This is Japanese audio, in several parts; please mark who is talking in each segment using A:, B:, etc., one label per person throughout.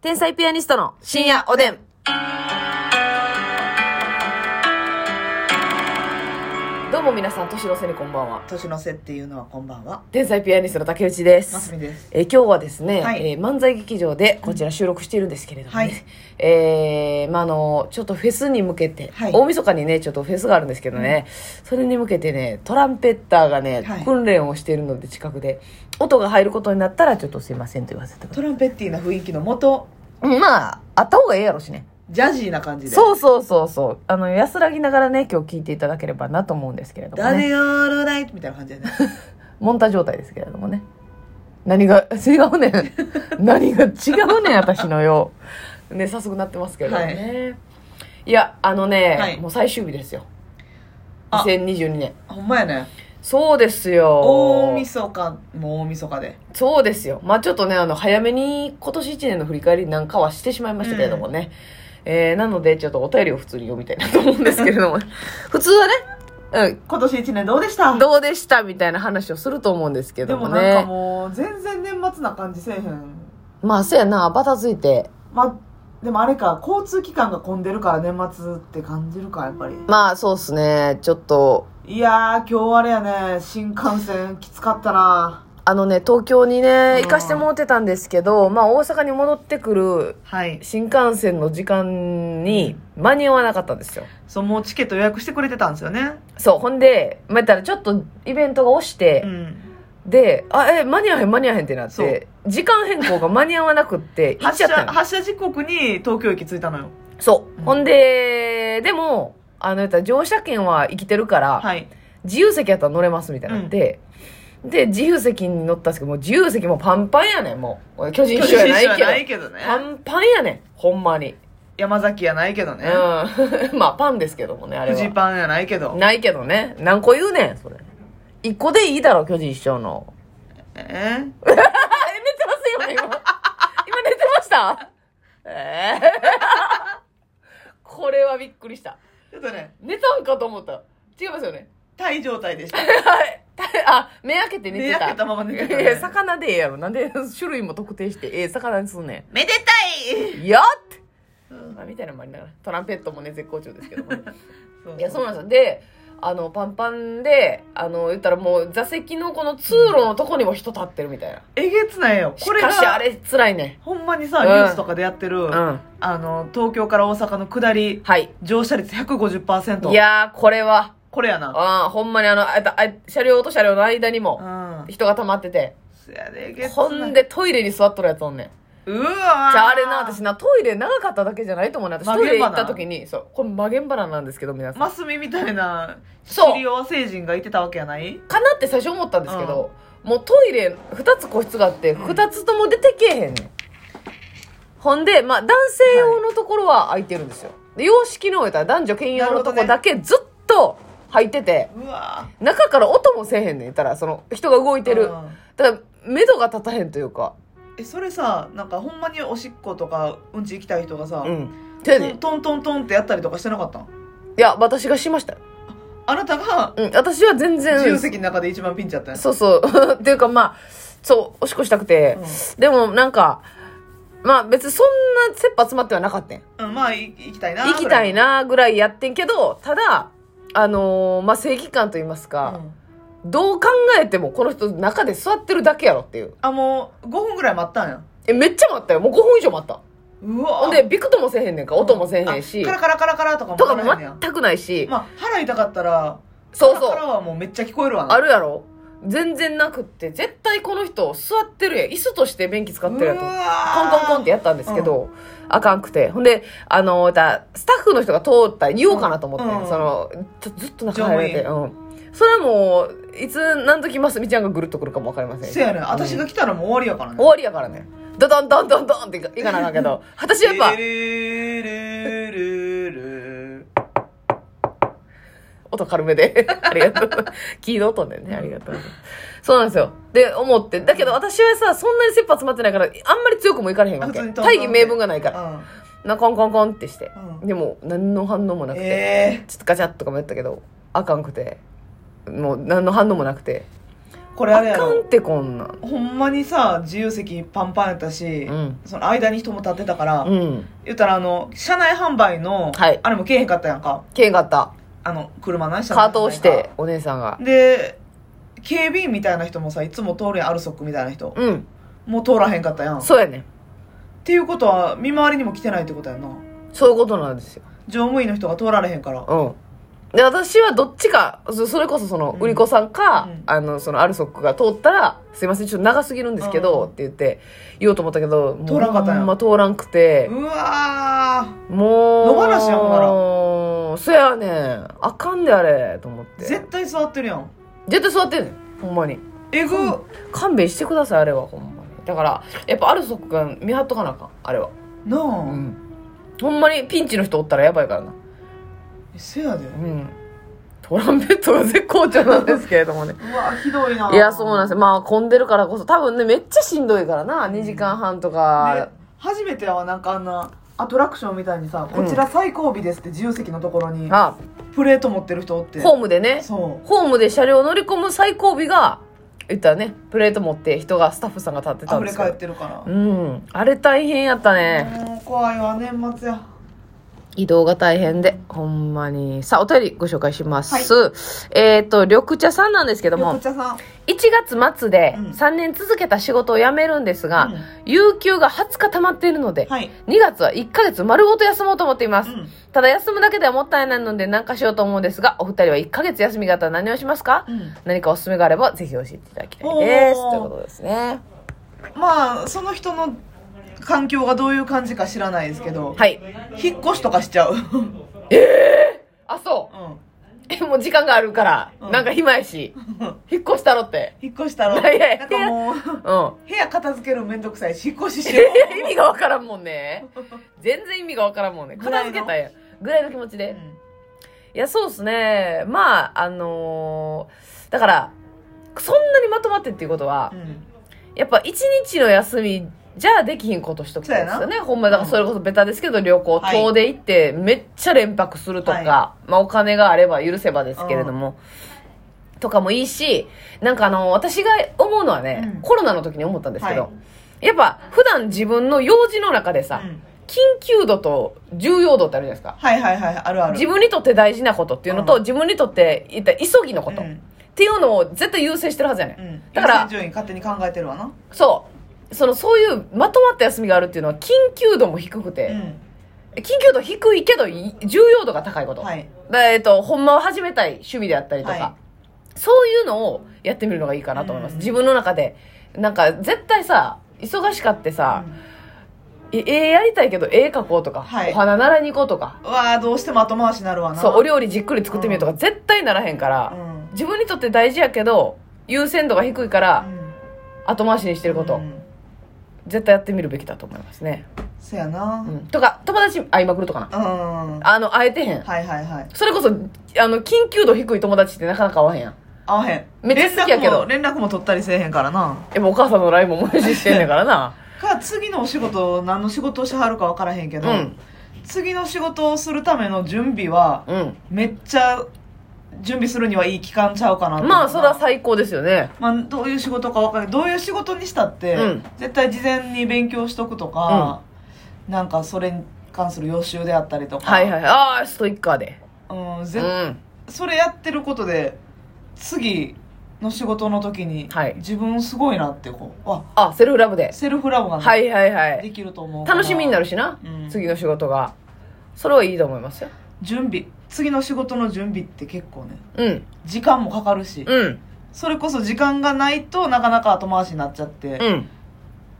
A: 天才ピアニストの深夜おでん。どうも皆さん、年の瀬にこんばんは。
B: 年の瀬っていうのはこんばんは。
A: 天才ピアニストの竹内で
B: ますす。みです。
A: えー今日はですね、
B: はい
A: えー漫才劇場でこちら収録しているんですけれどもね、
B: はい
A: えーまああのちょっとフェスに向けて、
B: はい
A: 大晦日にねちょっとフェスがあるんですけどね、それに向けてねトランペッターがね、
B: はい
A: 訓練をしているので近くで音が入ることになったらちょっとすいませんと言わせてくださ
B: トランペッティな雰囲気の元、
A: いまああった方がええやろしね
B: ジャジーな感じで。
A: そうそうそうそうあの安らぎながらね今日聞いていただければなと思うんですけれども
B: 誰
A: ね
B: がオールライトみたいな感 じでね。
A: モンタ状態ですけれどもね何が 違うねん何が違うねん私のようね早速なってますけれどもね、い、やあのね、
B: はい
A: もう最終日ですよ
B: あ
A: 2022年
B: ほんまやね。
A: そうですよ
B: 大晦日も大晦日で。
A: そうですよ。まあちょっとね、あの、早めに今年1年の振り返りなんかはしてしまいましたけれどもね。えー、なので、ちょっとお便りを普通に読みたいなと思うんですけれども、 普通はね、う
B: 今年一年どうでした
A: ん、 どうでしたみたいな話をすると思うんですけ
B: で
A: ど
B: も
A: も
B: なんか
A: ね。
B: もう、全然年末な感じせえへん。
A: まあ、そうやな、バタついて。
B: まあ、でもあれか、交通機関が混んでるから年末って感じるか、やっぱり。
A: まあ、そうっすね、ちょっと、
B: いやー、今日あれやね、新幹線きつかったな。
A: あのね、東京にね、
B: うん
A: 行かしてもらってたんですけど、まあ、大阪に戻ってくる
B: はい。
A: 新幹線の時間に間に合わなかったんですよ。
B: そう、もうチケット予約してくれてたんですよね。
A: そう、ほんで、まあ、言ったらちょっとイベントが押して、
B: ん。
A: で、あ、え、間に合わへん、間に合わへんってなっ
B: そ
A: て、時間変更が間に合わなくっ て、行っ
B: 発
A: ちゃ
B: 車
A: ったの。
B: 発車時刻に東京駅着いたのよ
A: そう。
B: うん
A: ほんで、でも、あの、やったら乗車券は生きてるから、
B: はい
A: 自由席やったら乗れますみたいになって、で、自由席に乗ったんですけど、もう自由席もパンパンやねん、もう。俺巨人師匠やない
B: 巨人師匠
A: け
B: や
A: ど。
B: ないけどね
A: パンパンやねん、ほんまに。
B: 山崎やないけど
A: う
B: ね
A: ん。 まあ、パンですけどもね、あれ
B: フジ
A: は。
B: パンやないけど
A: ないけどね。何個言うねん、それ。一個でいいだろ、巨人師匠の。
B: えー
A: え、寝てますよ ね、今。今寝てましたええ これはびっくりした。
B: ちょっとね
A: 寝たんかと思った。違いますよね。
B: タイ状態でした
A: はい。あ、目開けて寝てた。
B: 目開けたまま寝てたね
A: いや、魚でええやろ。なんで種類も特定して、ええ魚にすんね
B: めでたい
A: ん。よっって、
B: うん
A: まあ、みたいなのもありながら。トランペットもね、 絶好調ですけども、
B: そう
A: いや、そうなんですよ。で、あの、パンパンで、あの、言ったらもう、座席のこの通路のとこにも人立ってるみたいな。
B: えげつないよこれ
A: しかし、あ
B: が
A: れ、辛いね。
B: ほんまにさ
A: うん
B: ニュースとかでやってる、
A: うん。
B: あの東京から大阪の下り
A: はい。
B: 乗車率150%
A: いやー、これは、
B: これやな
A: あーほんまにあの、あたあ車両と車両の間にも
B: うん
A: 人が溜まってて、
B: そやでえげつ
A: ほ
B: ない
A: んでトイレに座っとるやつおんねん。
B: うわ
A: じ
B: ー
A: ゃああれな、私な、トイレ長かっただけじゃないと思うね。私
B: 曲
A: ト
B: げん
A: イ
B: ば
A: レ
B: な
A: 行った時に、そう、これ曲げんばななんですけど、皆さん。
B: マスミみたいな
A: そう
B: 知り合い成人がいてたわけやない
A: かなって最初思ったんですけど、もうトイレ2つ個室があって、2つとも出てけえへんねん。ほんで、まあ男性用のところは空いてるんですよ。で、洋式の終えたら男女兼用のとこだけずっと入ってて、
B: うわ
A: 中から音もせえへんねん言ったら、その人が動い
B: ー
A: てる。
B: うん
A: だから目処が立たへんというか、
B: えそれさなんかほんまにおしっことかうんち行きたい人がさ、
A: ん、手で、い
B: トントントンってやったりとかしてなかったん
A: や私がしましたよ、
B: あなたが
A: うん、私は全然
B: 自由席の中で一番ピンチやったんや
A: そうそうっていう かまあそうおしっこしたくて、でもなんかまあ別にそんな切羽詰まってはなかったん
B: うん、うんまあい行きたいな
A: 行きたいなぐらいやってんけどただあのーまあ正義感と言います
B: ぐらい
A: か
B: う、ん
A: どう考えてもこの人中で座ってるだけやろっていう
B: あもう5分ぐらい待ったんや
A: えめっちゃ待ったよもう5分以上待った
B: うわ
A: ほんでビクともせえへんねんか音もせえへんし、
B: あカラカラカラカラとかも
A: とか
B: ならへんね
A: も
B: や
A: 全くないし、
B: まあ腹痛かったら
A: そうそう
B: カラカラはもうめっちゃ聞こえるわな
A: あるやろ全然なくって、絶対この人座ってるやん。椅子として便器使ってるやんと。
B: うわ
A: コン
B: ー
A: コンコンってやったんですけど、あかんくて。ほんで、あの、だスタッフの人が通ったら言おうかなと思って、
B: うん
A: その、ちょずっと中入られて。うん。それはもう、いつ何時ますみちゃんがぐるっとくるかもわかりません。
B: せやねん私が来たらもう終わりやからね
A: 終わりやからね。ドドンドンドンドンっていかいかなあかんけ ど、私やっぱ
B: ル、ルルルル
A: 音軽めで。 ありがとう。キーの音でね、ありがとう。そうなんですよ。で、思って。だけど私はさ、そんなに切羽詰まってないから、あんまり強くもいかれへんわけ。
B: あ普通にトントン
A: 大義名分がないから。
B: うん
A: な、コンコンコンってして。
B: うん
A: でも、何の反応もなくて。
B: ええ
A: ちょっとガチャッとかもやったけど、あかんくて。もう、何の反応もなくて。
B: これあ
A: あ
B: れや
A: かんっ
B: ろ
A: てこんなん
B: ほんまにさ自由席パンパンやったし、
A: うん
B: その間に人も立ってたから、
A: うん
B: 言ったらあの車内販売の、
A: はい
B: あれもけえへんかったやんか
A: けんかった
B: あの車何した
A: カートをしてお姉さんが
B: で警備員みたいな人もさいつも通るやんアルソックみたいな人、
A: うん
B: もう通らへんかったやんっ
A: そうやねん
B: ていうことは見回りにも来てないってことやんな
A: そういうことなんですよ
B: 乗務員の人が通られへんから
A: うんで私はどっちかそそれこそその
B: うん
A: 売り子さんか、
B: うん
A: あのそのアルソックが通ったら「すいませんちょっと長すぎるんですけど」
B: うん
A: って言って言おうと思ったけどもう
B: 通らんかったんや
A: ほんま通らんくて
B: うわー
A: もう
B: 野放しやほんな
A: そやねんあかんであれと思って
B: 絶対座ってるやん
A: 絶対座ってんねんほんまに
B: えぐ
A: 勘弁してくださいあれはほんまにだからやっぱアルソックが見張っとかなあかんあれは
B: なあ、
A: うんほんまにピンチの人おったらやばいからな
B: せやでう
A: うんトランペットが絶好調なんですけれど もね
B: わひどいない
A: や、そうなんですよ。まあ、混んでるからこそ、多分ね、めっちゃしんどいからな、2時間半と
B: で
A: か。
B: 初めてはなんかあんなアトラクションみたいにさ「こちら最後尾です」って自由席のところに
A: あ、
B: プレート持ってる人おって
A: ホームでね、
B: そう
A: ホームで車両乗り込む最後尾が、言ったらね、プレート持って人が、スタッフさんが立ってたんで
B: 溢れ
A: すけ
B: 返っ
A: ど。
B: てるから
A: うん。あれ大変やったね。
B: もう怖いわ年末や
A: 移動が大変で、ほんまに。さあ、お便りご紹介します。えっ、と、緑茶さんなんですけど
B: 緑
A: も、
B: 茶さん
A: 1月末で
B: うん
A: 3年続けた仕事を辞めるんですが、
B: うん
A: 有給が20日溜まっているので、
B: はい
A: 2月は1ヶ月丸ごと休もうと思っています。
B: うん
A: ただ休むだけではもったいないので何かしようと思うんですが、お二人は1ヶ月休みがあったら何をしますか、
B: うん
A: 何かおすすめがあればぜひ教えていただきたいです。
B: おー
A: ということですね。
B: まあその人の環境がどういう感じか知らないですけど、
A: はい。
B: 引っ越しとかしちゃう、うん、
A: あ、そう。え、もう時間があるから、
B: うん
A: なんか暇やし、引っ越したろって。
B: 引っ越したら
A: いやいや
B: なんか
A: うん。
B: もう
A: い
B: 部屋片付けるのめんどくさいし引っ越ししよ
A: や意味がわからんもん ね。全然意味がわからんもんね。片付けたやん。ぐらいの気持ち
B: う、
A: で。
B: うん
A: いや、そうっすね。まあ、あのーだから、そんなにまとまってっていうことは、
B: うん
A: やっぱ一日の休みじゃできひんことしとくんです
B: そ
A: よ
B: うや
A: ね。ほんまだからそれこそベタですけど、旅行、
B: はい
A: 遠出行ってめっちゃ連泊するとか、
B: はい
A: まあお金があれば許せばですけれども、とかもいいし、なんかあの、私が思うのはね、
B: うん
A: コロナの時に思ったんですけど、
B: は
A: やっぱ普段自分の用事の中でさ、
B: うん
A: 緊急度と重要度ってあるじゃないですか。
B: はいはいはいあるある
A: 自分にとって大事なことっていうのと、
B: うん
A: 自分にとって言ったら急ぎのこと、
B: う
A: っ
B: ん
A: ていうのを絶対優先してるはずやね、。
B: うんん、
A: だから
B: 優先順位勝手に考えてるわな
A: そう。その、そういうまとまった休みがあるっていうのは、緊急度も低く
B: う
A: て、
B: ん
A: 緊急度低いけど、い重要度が高いこと。
B: はい
A: だえっと、ほんまを始めたい趣味であったりとか、
B: は
A: そういうのをやってみるのがいいかなと思います。
B: うん
A: 自分の中で。なんか、絶対さ、忙しかってさ、え絵やりたいけど、絵描こうとか、
B: はい
A: お花習いに行こうとか、
B: うわーどうしても後回しになるわな
A: そう、お料理じっくり作ってみるとか、絶対ならへんから、
B: うん
A: 自分にとって大事やけど、優先度が低いから、
B: うん
A: 後回しにしてること、
B: うん
A: 絶対やってみるべきだと思いますね。
B: そやな
A: うんとか、友達会いまくるとかな。
B: うん、は
A: あの、会えてへん
B: い。はいはい
A: それこそ、あの、緊急度低い友達ってなかなか会わへんやん。
B: 合わへん
A: めっちゃ好きやけど
B: 連絡も連絡も取ったりせえへんからな
A: でもお母さんの LINE も無視してんねんからな。
B: か次のお仕事何の仕事をしはるか分からへんけど、
A: うん
B: 次の仕事をするための準備は
A: うん。
B: めっちゃ準備するにはいい期間ちゃうかなと思う
A: まあ、それは最高ですよね。
B: まあ、どういう仕事か分からないどういう仕事にしたって、
A: うん
B: 絶対事前に勉強しとくとか、なんかそれに関する予習であったりとか、
A: はいはい。ああ、ストイッカーで。
B: うん
A: う
B: ぜ
A: ん。
B: それやってることで次の仕事の時に、
A: はい
B: 自分すごいなってこうわ
A: あ、セルフラブで。
B: セルフラブがね、
A: はいはいは
B: で
A: い。
B: きると思うから
A: 楽しみになるしな
B: うん。
A: 次の仕事が。それはいいと思いますよ。
B: 準備次の仕事の準備って結構ね
A: うん。
B: 時間もかかるし、
A: うん。
B: それこそ時間がないとなかなか後回しになっちゃって、
A: うん。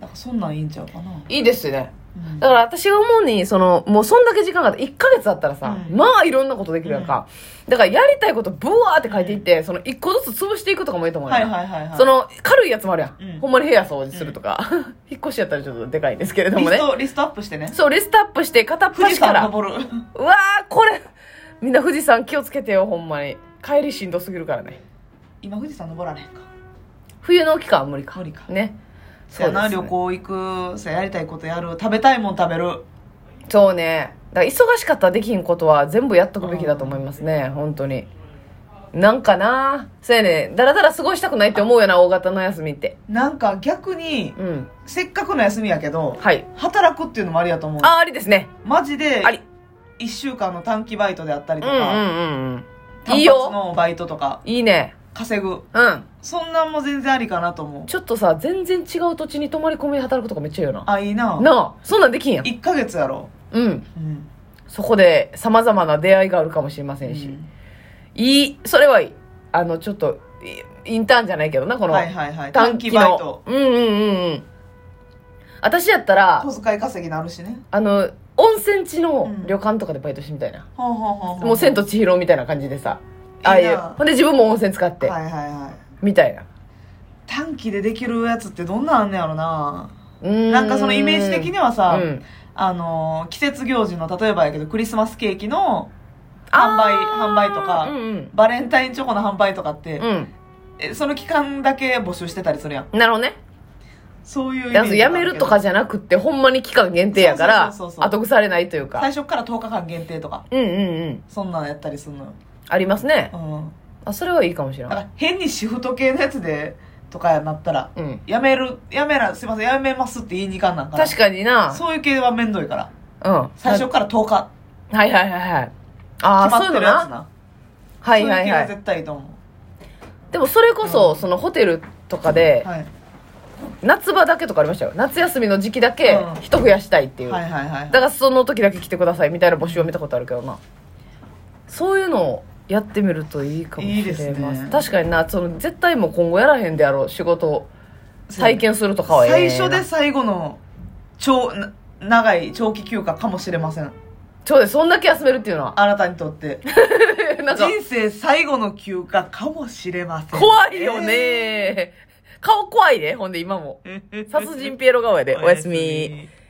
B: なんかそんなんいいんちゃうかな、
A: いいですね。
B: うん
A: だから私が思うに、その、もうそんだけ時間があって、1ヶ月だったらさ、
B: うん
A: まあいろんなことできるやんか。だからやりたいことブワーって書いていって、その1個ずつ潰していくとかもいいと思うよ
B: は
A: ない
B: はいはいはい
A: その、軽いやつもあるやん。
B: うん
A: ほんまに部屋掃除するとか。 引っ越しやったらちょっとでかいんですけれどもね
B: リス。トリストアップしてね
A: そう、リストアップして片っ
B: 富士
A: 端か
B: 山
A: ら。
B: 登る
A: うわー、これ、みんな富士山気をつけてよ、ほんまに。帰りしんどすぎるからね。
B: 今富士山登られへんか
A: 冬の期間は無理か。
B: 無理か
A: ね。
B: そうやな、
A: ですね
B: 旅行行くそうややりたいことやる食べたいもん食べる
A: そうね。だから忙しかったらできひんことは全部やっとくべきだと思いますね、本当に。なんかなそうやねだらだら過ごしたくないって思うよな大型の休みって
B: なんか逆に
A: うん
B: せっかくの休みやけど
A: はい
B: 働くっていうのもありやと思う
A: あありですね
B: マジで
A: あり
B: 1週間の短期バイトであったり
A: う
B: と
A: んうん
B: か、
A: うんうん
B: 単
A: いい
B: 発
A: よ
B: のバイトとか
A: いいね
B: 稼ぐ
A: うん
B: そんなんも全然ありかなと思う
A: ちょっとさ全然違う土地に泊まり込みで働くとかめっちゃいいよな
B: あいいな
A: なあそんなんできんやん
B: 1ヶ月やろ、
A: うん
B: うん
A: そこでさまざまな出会いがあるかもしれませんし、
B: うん
A: いいそれはいいあのちょっといインターンじゃないけどなこの
B: はいはいは
A: 短
B: い短
A: 期
B: 期
A: の、
B: バイト
A: うんうんうんうん私やったら
B: 小遣い稼ぎなるしね
A: あの温泉地の
B: うん
A: 旅館とかでバイトしてみたいな、
B: ほうほうほうほう
A: もう「千と千尋」みたいな感じでさああ
B: いい
A: い
B: な
A: うほんで自分も温泉使って、
B: はいはいはい
A: みたいな
B: 短期でできるやつってどんなんあんねやろな
A: うー
B: なんかそのイメージ的にはさ、
A: うん
B: あのー季節行事の例えばやけどクリスマスケーキの販売
A: あー
B: 販売とか
A: うんうん
B: バレンタインチョコの販売とかって、
A: うん
B: えその期間だけ募集してたりするやん
A: なるほどね
B: そういうイメ
A: だ
B: ー
A: から
B: ジ
A: やめるとかじゃなくってほんまに期間限定やから
B: そうそうそうそう
A: 後腐れないというか
B: 最初から10日間限定とか
A: うんうんうん
B: そんなのやったりするのよ、
A: ありますね
B: うん、
A: あそれはいいかもしれ
B: だ
A: な
B: か
A: い
B: ら変にシフト系のやつでとかやなったら、
A: うん
B: やめるやめらすいませんやめますって言いに行かんなんから
A: 確かにな
B: そういう系はめんどいから
A: うん
B: 最初から10日
A: はいはいはいはいああ
B: 決
A: そうい
B: まっ
A: う
B: て
A: の
B: るやつ
A: な
B: な
A: はいはい
B: そういう系
A: は
B: はい絶対いいと思
A: でもそれこそ、
B: うん
A: そのホテルとかで、
B: う、はい、
A: 夏場だけとかありましたよ夏休みの時期だけ
B: うん
A: 人増やしたいっていう、
B: はいはいはいはい
A: だからその時だけ来てくださいみたいな募集を見たことあるけどなそういうのをやってみるといいかもしれません
B: いいですね
A: 確かになその絶対もう今後やらへんであろう仕事を体験するとかはええ
B: 最
A: な
B: 初で最後の長な長い長期休暇かもしれません
A: そうですそんだけ休めるっていうのは
B: あなたにとって
A: なんか
B: 人生最後の休暇かもしれません
A: 怖いよね、 顔怖いねほんで今も殺人ピエロ顔やでおやすみ
B: おやすみ